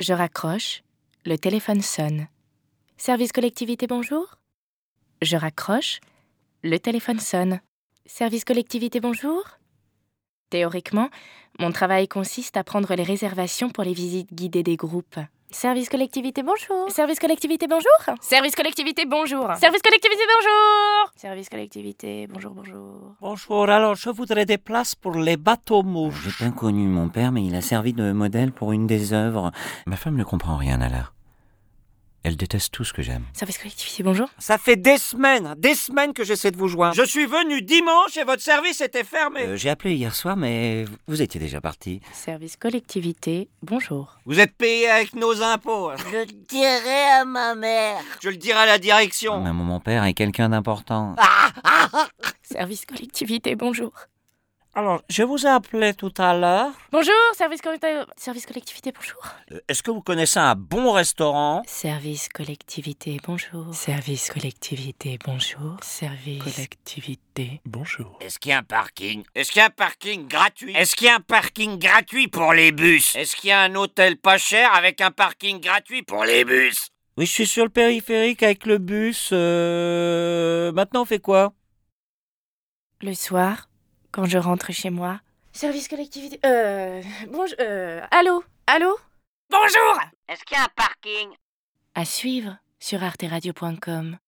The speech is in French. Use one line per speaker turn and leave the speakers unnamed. Je raccroche. Le téléphone sonne. Service collectivité, bonjour Je raccroche. Le téléphone sonne. Service collectivité, bonjour Théoriquement, mon travail consiste à prendre les réservations pour les visites guidées des groupes. Service collectivité, bonjour Service collectivité, bonjour Service collectivité, bonjour Service collectivité, bonjour Service collectivité, bonjour, bonjour.
Bonjour, alors je voudrais des places pour les bateaux mouches.
J'ai bien connu mon père, mais il a servi de modèle pour une des œuvres.
Ma femme ne comprend rien à l'art. Elle déteste tout ce que j'aime.
Service collectivité, bonjour
Ça fait des semaines, hein, des semaines que j'essaie de vous joindre. Je suis venu dimanche et votre service était fermé.
Euh, J'ai appelé hier soir, mais vous- vous étiez déjà parti.
Service collectivité, bonjour.
Vous êtes payé avec nos impôts. hein.
Je le dirai à ma mère.
Je le dirai à la
Ah,
direction.
Maman, mon père est quelqu'un d'important.
Service collectivité, bonjour.
Alors, je vous ai appelé tout à l'heure.
Bonjour, service collectivité, service collectivité, bonjour.
Euh, Est-ce que vous connaissez un bon restaurant
Service collectivité, bonjour. Service collectivité, bonjour. Service collectivité.
Est-ce qu'il y a un parking
Est-ce qu'il y a un parking gratuit
Est-ce qu'il y a un parking gratuit pour les bus
Est-ce qu'il y a un hôtel pas cher avec un parking gratuit
Pour les bus
Oui, je suis sur le périphérique avec le bus. euh, Maintenant, on fait quoi
Le soir, quand je rentre chez moi. Service collectivité. Euh. Bonjour. Euh. Allô Allô Bonjour
Est-ce qu'il y a un parking
À suivre sur arteradio.com.